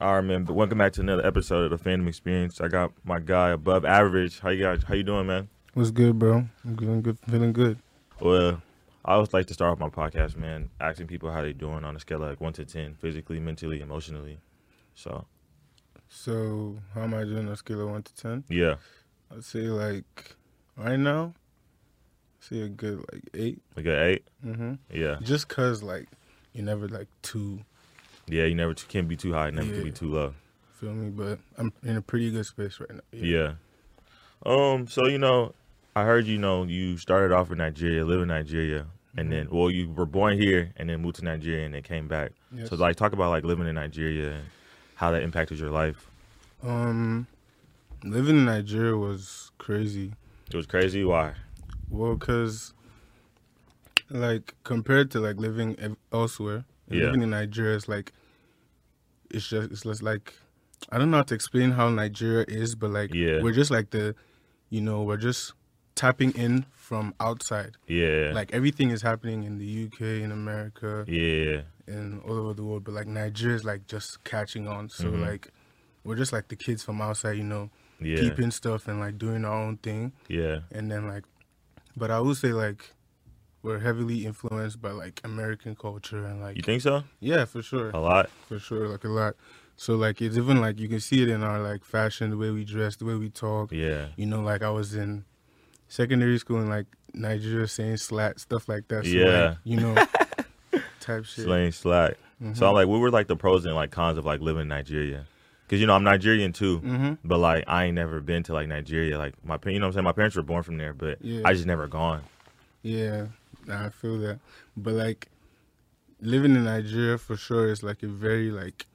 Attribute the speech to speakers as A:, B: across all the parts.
A: All right, man. But welcome back to another episode of the Fandom Experience. I got my guy above average. How you guys? How you doing, man?
B: What's good, bro? I'm feeling good. Feeling good.
A: Well, I always like to start off my podcast, man, asking people how they doing on a scale of like one to ten, physically, mentally, emotionally. So
B: So, how am I doing on a scale of one to ten?
A: yeah,
B: I'd say like right now, I'd say a good like eight.
A: like an eight.
B: Mm-hmm.
A: Yeah,
B: Just cause like you're never like too
A: yeah. You never t- can be too high. Never can be
B: Yeah.
A: too low.
B: feel me, but I'm in a pretty good space right now.
A: Yeah. Um. So you know, I heard you know you started off in Nigeria, live in Nigeria,
B: Mm-hmm.
A: and then well, you were born here and then moved to Nigeria and then came back.
B: Yes.
A: So like, talk about like living in Nigeria, and how that impacted your life.
B: um, living in Nigeria was crazy.
A: It was crazy. Why?
B: Well, cause like compared to like living ev- elsewhere,
A: Yeah.
B: living in Nigeria is like it's just it's just like I don't know how to explain how Nigeria is, but like
A: Yeah.
B: we're just like the you know we're just tapping in from outside.
A: Yeah.
B: Like everything is happening in the UK, in America,
A: yeah.
B: and all over the world, but like Nigeria is like just catching on. So
A: Mhm.
B: like we're just like the kids from outside, you know,
A: Yeah.
B: keeping stuff and like doing our own thing
A: yeah.
B: and then like but i would say like we're heavily influenced by like american culture and like
A: You think Oh. so?
B: yeah for sure
A: A lot.
B: for sure like a lot so like it's even like you can see it in our like fashion the way we dress the way we talk
A: Yeah.
B: you know like i was in secondary school in like nigeria saying slat stuff like that so,
A: Yeah.
B: like, you know type shit
A: Slang
B: Mm-hmm.
A: slack. So I'm like, what were like the pros and like cons of like living in Nigeria? Cause you know I'm Nigerian too,
B: Mhm.
A: but like I ain't never been to like Nigeria. Like my, pa- you know what I'm saying. My parents were born from there, but
B: Yeah.
A: I just never gone.
B: Yeah, nah, I feel that. But like living in Nigeria for sure is like a very like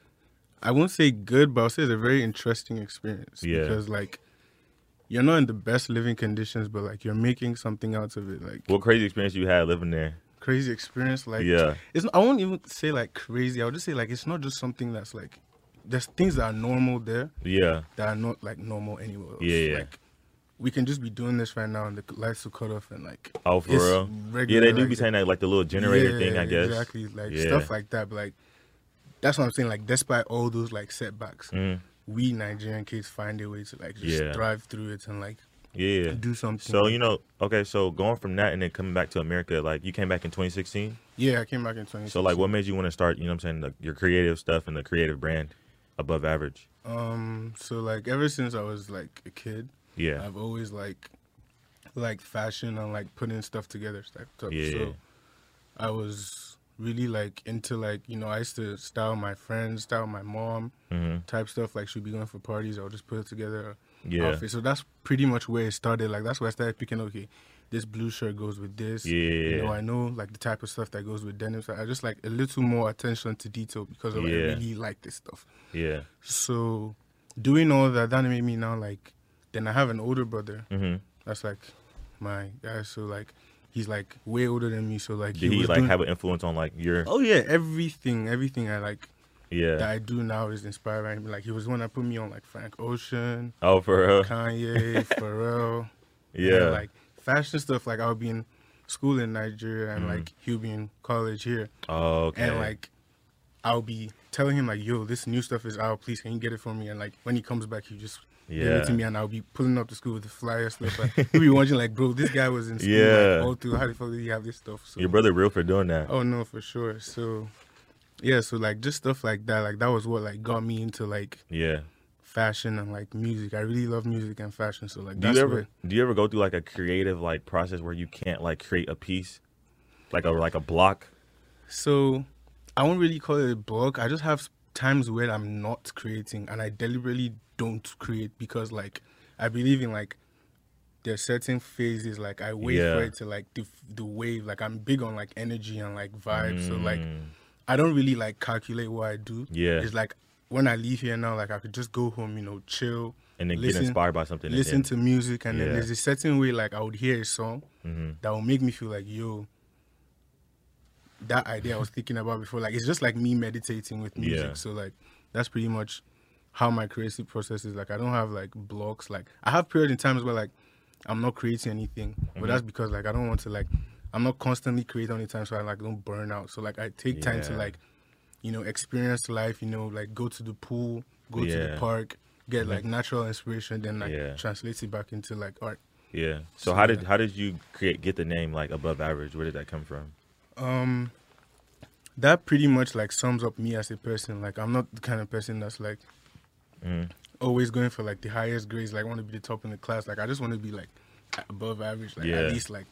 B: I won't say good, but I'll say it's a very interesting experience.
A: Yeah.
B: Because like you're not in the best living conditions, but like you're making something out of it. Like
A: What crazy experience you had living there?
B: crazy experience. Like
A: yeah,
B: it's I won't even say like crazy. I would just say like it's not just something that's like there's things that are normal there
A: yeah,
B: that are not like normal anywhere else.
A: Yeah, yeah.
B: Like we can just be doing this right now and the lights will cut off and like
A: Oh, for
B: it's
A: real? yeah.
B: regular,
A: They do
B: like,
A: be saying that like the little generator thing, I guess.
B: Exactly, like
A: Yeah.
B: stuff like that. But like, that's what I'm saying. Like, despite all those like setbacks,
A: Mm,
B: we Nigerian kids find a way to like just
A: Yeah.
B: thrive through it and like
A: yeah.
B: do something.
A: So you know, okay. So going from that and then coming back to America, like you came back in 2016.
B: yeah, I came back in 20.
A: So like, what made you want to start? You know, what I'm saying the, your creative stuff and the creative brand, above average.
B: Um, so like ever since I was like a kid,
A: Yeah,
B: I've always like like fashion and like putting stuff together type stuff.
A: Yeah.
B: So I was really like into like you know I used to style my friends, style my mom
A: hmm
B: type stuff. Like she'd be going for parties, I'll just put it together.
A: yeah,
B: outfit. So that's pretty much where it started. Like that's where I started picking. Okay, this blue shirt goes with this.
A: yeah.
B: You know, I know like the type of stuff that goes with denim. So I just like a little more attention to detail because of, like,
A: Yeah.
B: I really like this stuff.
A: Yeah.
B: So doing all that, that made me now like. Then I have an older brother.
A: hmm
B: That's like my guy. So like he's like way older than me. So like
A: Did he
B: was
A: like
B: doing-
A: have an influence on like your?
B: Oh yeah, everything, everything I like that
A: Yeah.
B: I do now is inspired by him. Like he was the one that put me on like Frank Ocean,
A: Oh, for real.
B: Kanye, Pharrell.
A: Yeah.
B: And, like fashion stuff. Like I'll be in school in Nigeria and
A: Mhm.
B: like he'll be in college here,
A: oh, okay.
B: and like I'll be telling him like, "Yo, this new stuff is out. Please, can you get it for me?" And like when he comes back, he just give
A: Yeah.
B: it to me, and I'll be pulling up the school with the flyer stuff. Like he'll be wondering like, "Bro, this guy was in school
A: Yeah.
B: like, all through. How the fuck did he have this stuff?" So,
A: your brother real for doing that.
B: Oh no, for sure. So. Yeah, so like just stuff like that, like that was what like got me into like
A: Yeah.
B: fashion and like music. I really love music and fashion, so like
A: Do
B: that's
A: you ever
B: where-
A: do you ever go through like a creative like process where you can't like create a piece, like a like a block?
B: So I won't really call it a block. I just have times where I'm not creating and I deliberately don't create because like I believe in like there's certain phases like I wait
A: Yeah.
B: for it to like the, the wave like I'm big on like energy and like vibes so like
A: Mm,
B: I don't really like calculate what I do
A: yeah,
B: it's like when I leave here now like I could just go home you know chill
A: and then
B: listen-
A: get inspired by something.
B: listen to music and
A: Yeah.
B: then there's a certain way like I would hear a song
A: hmm
B: that will make me feel like yo that idea i was thinking about before like it's just like me meditating with music
A: Yeah.
B: so like that's pretty much how my creative process is like i don't have like blocks like i have periods in times where like i'm not creating anything
A: Mhm.
B: but that's because like i don't want to like i'm not constantly creating all the time so i like don't burn out so like i take time to
A: Yeah.
B: like you know, experience life, you know, like go to the pool, go to the
A: Yeah. Mm-hmm.
B: park, get like natural inspiration, then like
A: Yeah.
B: translate it back into like art.
A: Yeah. So
B: So,
A: how did
B: yeah.
A: how did you create get the name like above average? Where did that come from?
B: Um that pretty much like sums up me as a person. Like I'm not the kind of person that's like
A: Mm.
B: always going for like the highest grades, like I want to be the top in the class. Like I just want to be like above average, like
A: Yeah.
B: at least like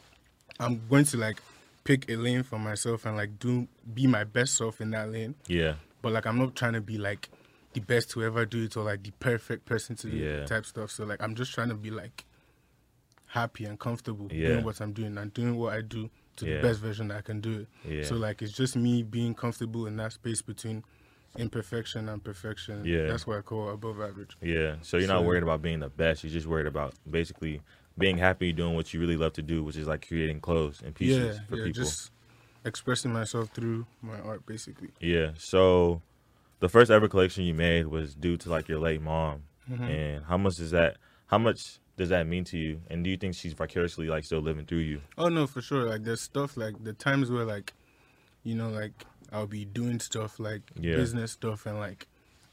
B: I'm going to like pick a lane for myself and like do be my best self in that lane.
A: Yeah.
B: But like I'm not trying to be like the best to ever do it or like the perfect person to do
A: Yeah.
B: it type stuff. So like I'm just trying to be like happy and comfortable
A: Yeah.
B: doing what I'm doing and doing what I do to
A: Yeah.
B: the best version that I can do it.
A: Yeah.
B: So like it's just me being comfortable in that space between imperfection and perfection.
A: Yeah.
B: That's what I call above average.
A: Yeah. So you're not
B: So-
A: worried about being the best. You're just worried about basically being happy doing what you really love to do, which is like creating clothes and pieces
B: yeah,
A: for
B: yeah,
A: people.
B: just expressing myself through my art, basically.
A: Yeah. So the first ever collection you made was due to like your late mom.
B: Mm-hmm.
A: And how much does that how much does that mean to you? And do you think she's vicariously like still living through you?
B: Oh no, for sure. Like there's stuff like the times where like, you know, like I'll be doing stuff like
A: Yeah.
B: business stuff and like,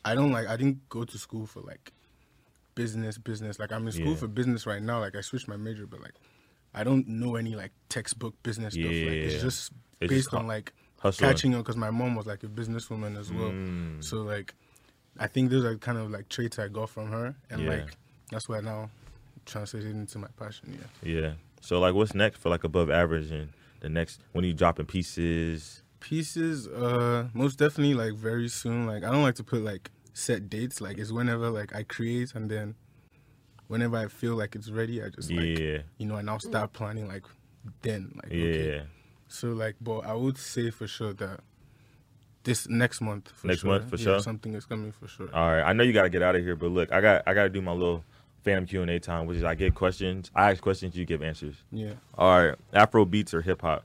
B: I don't like I didn't go to school for like business business. Like I'm in school
A: Yeah.
B: for business right now. Like I switched my major, but like I don't know any like textbook business stuff. Like
A: Yeah.
B: it's just
A: It's
B: based
A: just
B: on
A: co-
B: like
A: Hustling.
B: catching on because my mom was like a businesswoman as well.
A: Mm.
B: So like, I think those are kind of like traits I got from her, and
A: Yeah.
B: like that's why now translated into my passion. Yeah.
A: Yeah. So like what's next for like above average and the next when are you dropping pieces?
B: Pieces, uh, most definitely like very soon. Like I don't like to put like set dates. Like it's whenever like I create, and then whenever I feel like it's ready, I just like
A: yeah.
B: you know, and I'll start planning like then. Like
A: Yeah.
B: okay. So like, but I would say for sure that. This next month, for
A: Next
B: sure.
A: month, for
B: yeah,
A: sure? Ah.
B: something is coming for sure.
A: All right. I know you gotta get out of here, but look, I got I gotta do my little phantom Q and A time, which is I get questions, I ask questions, you give answers.
B: yeah,
A: All right. Afro beats or hip hop?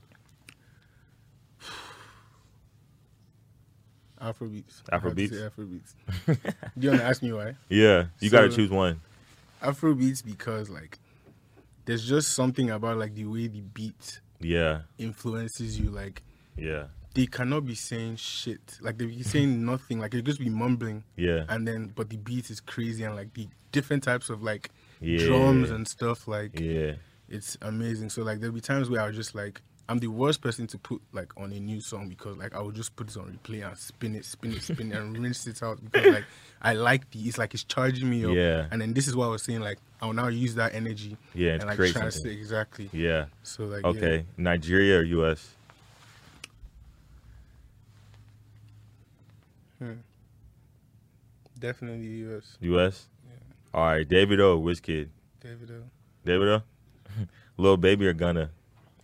B: Afrobeats. I had to
A: Afrobeats?
B: say Afrobeats. Do you want to ask me why?
A: Yeah. You gotta
B: So-
A: choose one.
B: Afrobeats because like there's just something about like the way the beat
A: Yeah.
B: influences you. Like
A: Yeah.
B: they cannot be saying shit. Like they
A: Mm-hmm.
B: be saying nothing. Like they just be mumbling
A: Yeah.
B: and then but the beat is crazy and like the different types of like
A: Yeah.
B: drums and stuff like
A: Yeah.
B: it's amazing. So like there'll be times where I was just like I'm the worst person to put like on a new song because like I would just put it on replay and spin it, spin it, spin it, and rinse it out because like I like the it's like it's charging me up.
A: Yeah.
B: And then this is what I was saying like I will now use that energy
A: Yeah,
B: and
A: to
B: like
A: create
B: translate
A: something.
B: exactly.
A: Yeah.
B: So like yeah.
A: Okay. Nigeria or US?
B: definitely US
A: US? All right. David O or Wizkid?
B: David O,
A: David O? Lil Baby or Gunna?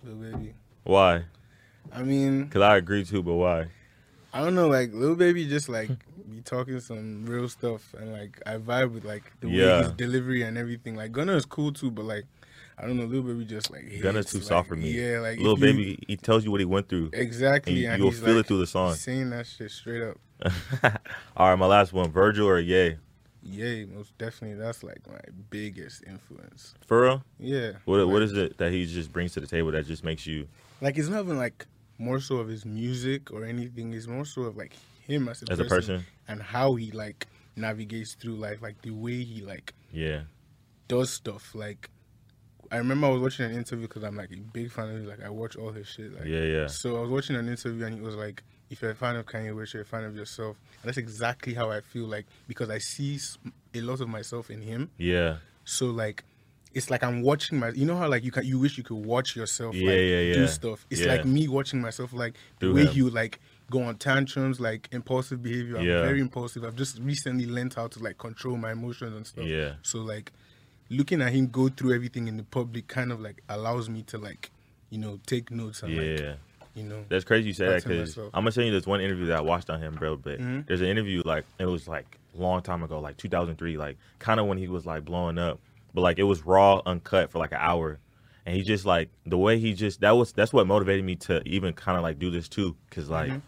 B: Lil Baby.
A: Why?
B: I mean
A: Cause I agree too, but why?
B: I don't know like Lil Baby just like be talking some real stuff and like I vibe with like the way
A: Yeah.
B: his delivery and everything. Like Gunna is cool too, but like I don't know, Lil Baby just like hits,
A: Gunna's too
B: like,
A: soft for me.
B: Yeah, like if
A: Lil
B: you-
A: Baby, he tells you what he went through. and
B: exactly,
A: you-
B: and
A: you'll
B: he's,
A: feel it
B: like,
A: through the song.
B: Saying that shit straight up.
A: All right, my last one, Virgil or Ye?
B: Yay, most definitely. That's like my biggest influence.
A: For real?
B: Yeah.
A: What
B: like,
A: what is it that he just brings to the table that just makes you?
B: Like it's not even like more so of his music or anything. It's more so of like him as a,
A: As a person?
B: and how he like navigates through life, like the way he like
A: Yeah,
B: does stuff. Like I remember I was watching an interview because I'm like a big fan of his. Like I watch all his shit. Like
A: yeah, yeah,
B: So I was watching an interview and he was like, if you're a fan of Kanye West, you're a fan of yourself. And that's exactly how I feel like because I see s- a lot of myself in him.
A: yeah,
B: So like, it's like I'm watching my. You know how like you can you wish you could watch yourself
A: Yeah,
B: like
A: yeah, yeah.
B: do stuff. It's
A: Yeah.
B: like me watching myself like the
A: Through
B: way
A: him.
B: you like go on tantrums, like impulsive behavior. I'm
A: Yeah.
B: very impulsive. I've just recently learned how to like control my emotions and stuff.
A: Yeah.
B: So like, looking at him go through everything in the public kind of like allows me to like, you know, take notes and like
A: yeah.
B: you know.
A: That's crazy you say that
B: That's him
A: because I'm
B: myself.
A: gonna show you this one interview that I watched on him, bro. But
B: Mhm.
A: there's an interview like it was like long time ago, like 2003, like kind of when he was like blowing up, but like it was raw, uncut for like an hour, and he just like the way he just that was that's what motivated me to even kind of like do this too, because like.
B: Mm-hmm.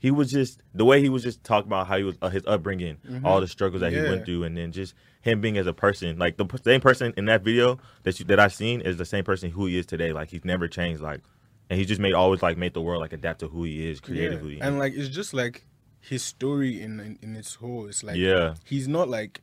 A: He was just the way he was just talking about how he was uh, his upbringing, all the struggles that he went
B: Mm-hmm. Yeah.
A: through, and then just him being as a person. Like the p- same person in that video that you, that I've seen is the same person who he is today. Like he's never changed. Like and he just made always like made the world like adapt to who he is
B: Yeah.
A: creatively.
B: And like it's just like his story in in, in its whole is like
A: Yeah.
B: he's not like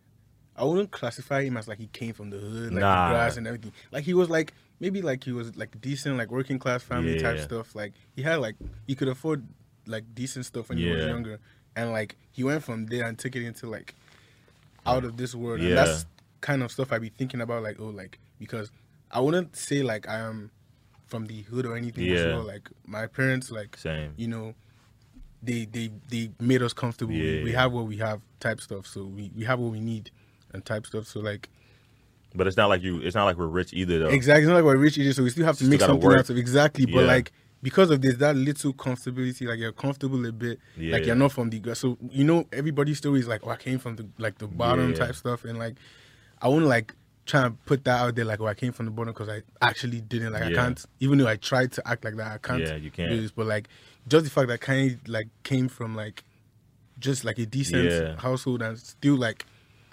B: I wouldn't classify him as like he came from the hood, like
A: Nah.
B: the grass and everything. Like he was like maybe like he was like decent, like working class family type
A: Yeah.
B: stuff. Like he had like he could afford like decent stuff when he was
A: Yeah.
B: younger, and like he went from there and took it into like out of this world. And
A: Yeah.
B: that's kind of stuff I be thinking about, like oh, like because I wouldn't say like I am from the hood or anything. as
A: Yeah.
B: well. Like my parents, like
A: Same.
B: you know, they they they made us comfortable. We, we
A: Yeah.
B: have what we have type stuff. So we, we have what we need and type stuff. So like
A: But it's not like you. It's not like we're rich either, though.
B: exactly, it's not like we're rich either. So we still have to
A: Still
B: make
A: gotta
B: something
A: work.
B: out of exactly. But
A: Yeah.
B: like because of this, that little comfortability, like you're comfortable a bit. Like
A: Yeah.
B: you're not from the gra- so you know everybody's story is like, oh, I came from the like the bottom
A: Yeah.
B: type stuff, and like I wouldn't like try and put that out there like, oh, I came from the bottom because I actually didn't. Like I
A: Yeah.
B: can't, even though I tried to act like that, I can't.
A: Yeah, you can't.
B: do this. But like just the fact that Kanye like came from like just like a decent
A: Yeah.
B: household and still like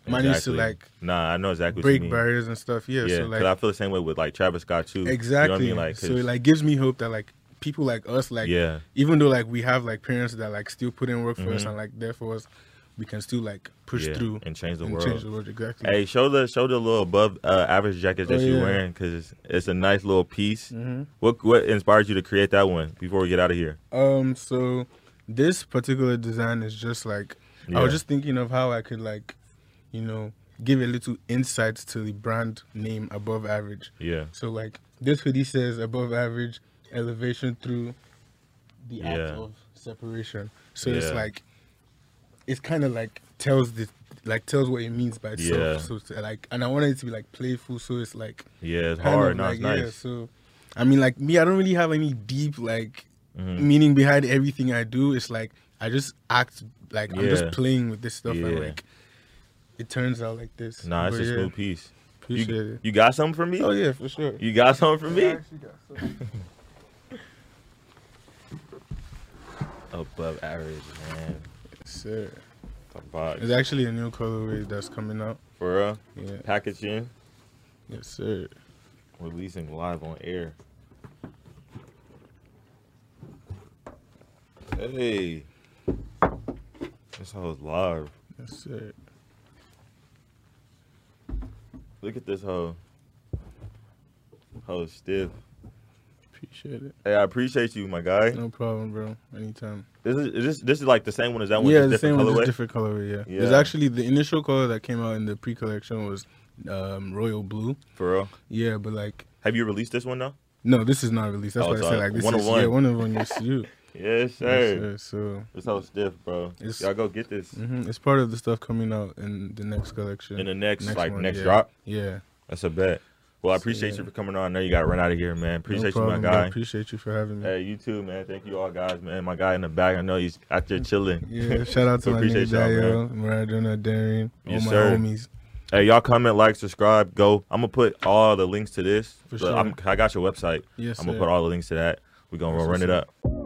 B: managed
A: Exactly.
B: to like
A: Nah, I know exactly. what you
B: break
A: mean.
B: barriers and stuff. Yeah,
A: Yeah,
B: so like
A: because I feel the same way with like Travis Scott too.
B: Exactly.
A: You know what I mean? Like,
B: so
A: 'cause-
B: it like gives me hope that like people like us, like
A: yeah,
B: even though like we have like parents that like still put in work for us and like there for us, we can still like push
A: Mm-hmm. yeah,
B: through
A: and change the
B: and
A: world.
B: change the world. Exactly.
A: Hey, show the show the little above uh, average jacket that
B: Oh,
A: you're
B: yeah. Mm-hmm.
A: wearing because it's, it's a nice little piece. What what inspired you to create that one before we get out of here?
B: Um, so this particular design is just like I
A: Yeah.
B: was Oh, just thinking of how I could like, you know, give a little insight to the brand name above average.
A: Yeah,
B: So like this hoodie says above average elevation through the act
A: Yeah.
B: of separation. So it's
A: Yeah.
B: like it's kind of like tells the like tells what it means by itself.
A: Yeah.
B: So it's like and I wanted it to be like playful. So it's like
A: yeah, it's
B: kind
A: hard.
B: of
A: No,
B: like,
A: it's
B: Yeah,
A: nice.
B: so I mean like me, I don't really have any deep like
A: Mhm.
B: meaning behind everything I do. It's like I just act like I'm
A: Yeah.
B: just playing with this stuff and
A: Yeah.
B: like it turns out like this.
A: Nah, it's
B: But
A: a
B: yeah,
A: cool piece.
B: Appreciate
A: You,
B: it.
A: you got something for me?
B: Oh yeah, for sure.
A: You got something for me? Above average, man.
B: Sir.
A: The box.
B: It's actually a new colorway that's coming out.
A: For real?
B: Yeah.
A: Packaging,
B: Yes, sir.
A: releasing live on air. Hey. This hoe's live.
B: Yes, sir.
A: Look at this hoe. Hoe stiff.
B: Appreciate it.
A: Hey, I appreciate you, my guy.
B: No problem, bro. Anytime.
A: This is, is this this is like the same one as that one.
B: yeah,
A: just
B: the same
A: different
B: one,
A: colorway?
B: just different colorway. Yeah. There's
A: Yeah.
B: actually the initial color that came out in the pre-collection was um, royal blue.
A: For real.
B: Yeah, but like,
A: Have you released this one though?
B: no, this is not released. That's
A: Oh,
B: why I
A: it's a
B: said like this is
A: 101.
B: yeah, one of them. Yes, you.
A: Yes,
B: Yes,
A: sir.
B: sir. So
A: This hoe stiff, bro.
B: It's-
A: Y'all go get this
B: mhm, it's part of the stuff coming out in the next collection.
A: in the next,
B: Next
A: like
B: one,
A: next
B: yeah.
A: drop.
B: yeah.
A: That's a bet. Well, I
B: So,
A: appreciate
B: yeah.
A: you for coming on. I know you got to run out of here, man. Appreciate
B: no
A: you,
B: problem,
A: my
B: bro.
A: guy.
B: Appreciate you for having me.
A: Hey, you too, man. Thank you all, guys, man. My guy in the back. I know he's out there chilling.
B: Yeah, shout out to
A: So
B: my nigga
A: appreciate y'all,
B: Dayo, Maradona, Darren, all
A: Yes,
B: my
A: sir.
B: homies.
A: Hey, y'all comment, like, subscribe, go. I'm gonna put all the links to this.
B: For
A: But I'm, I got your website.
B: Yes,
A: I'm gonna
B: sir.
A: put all the links to that. We're gonna
B: That's
A: run it
B: what's
A: up.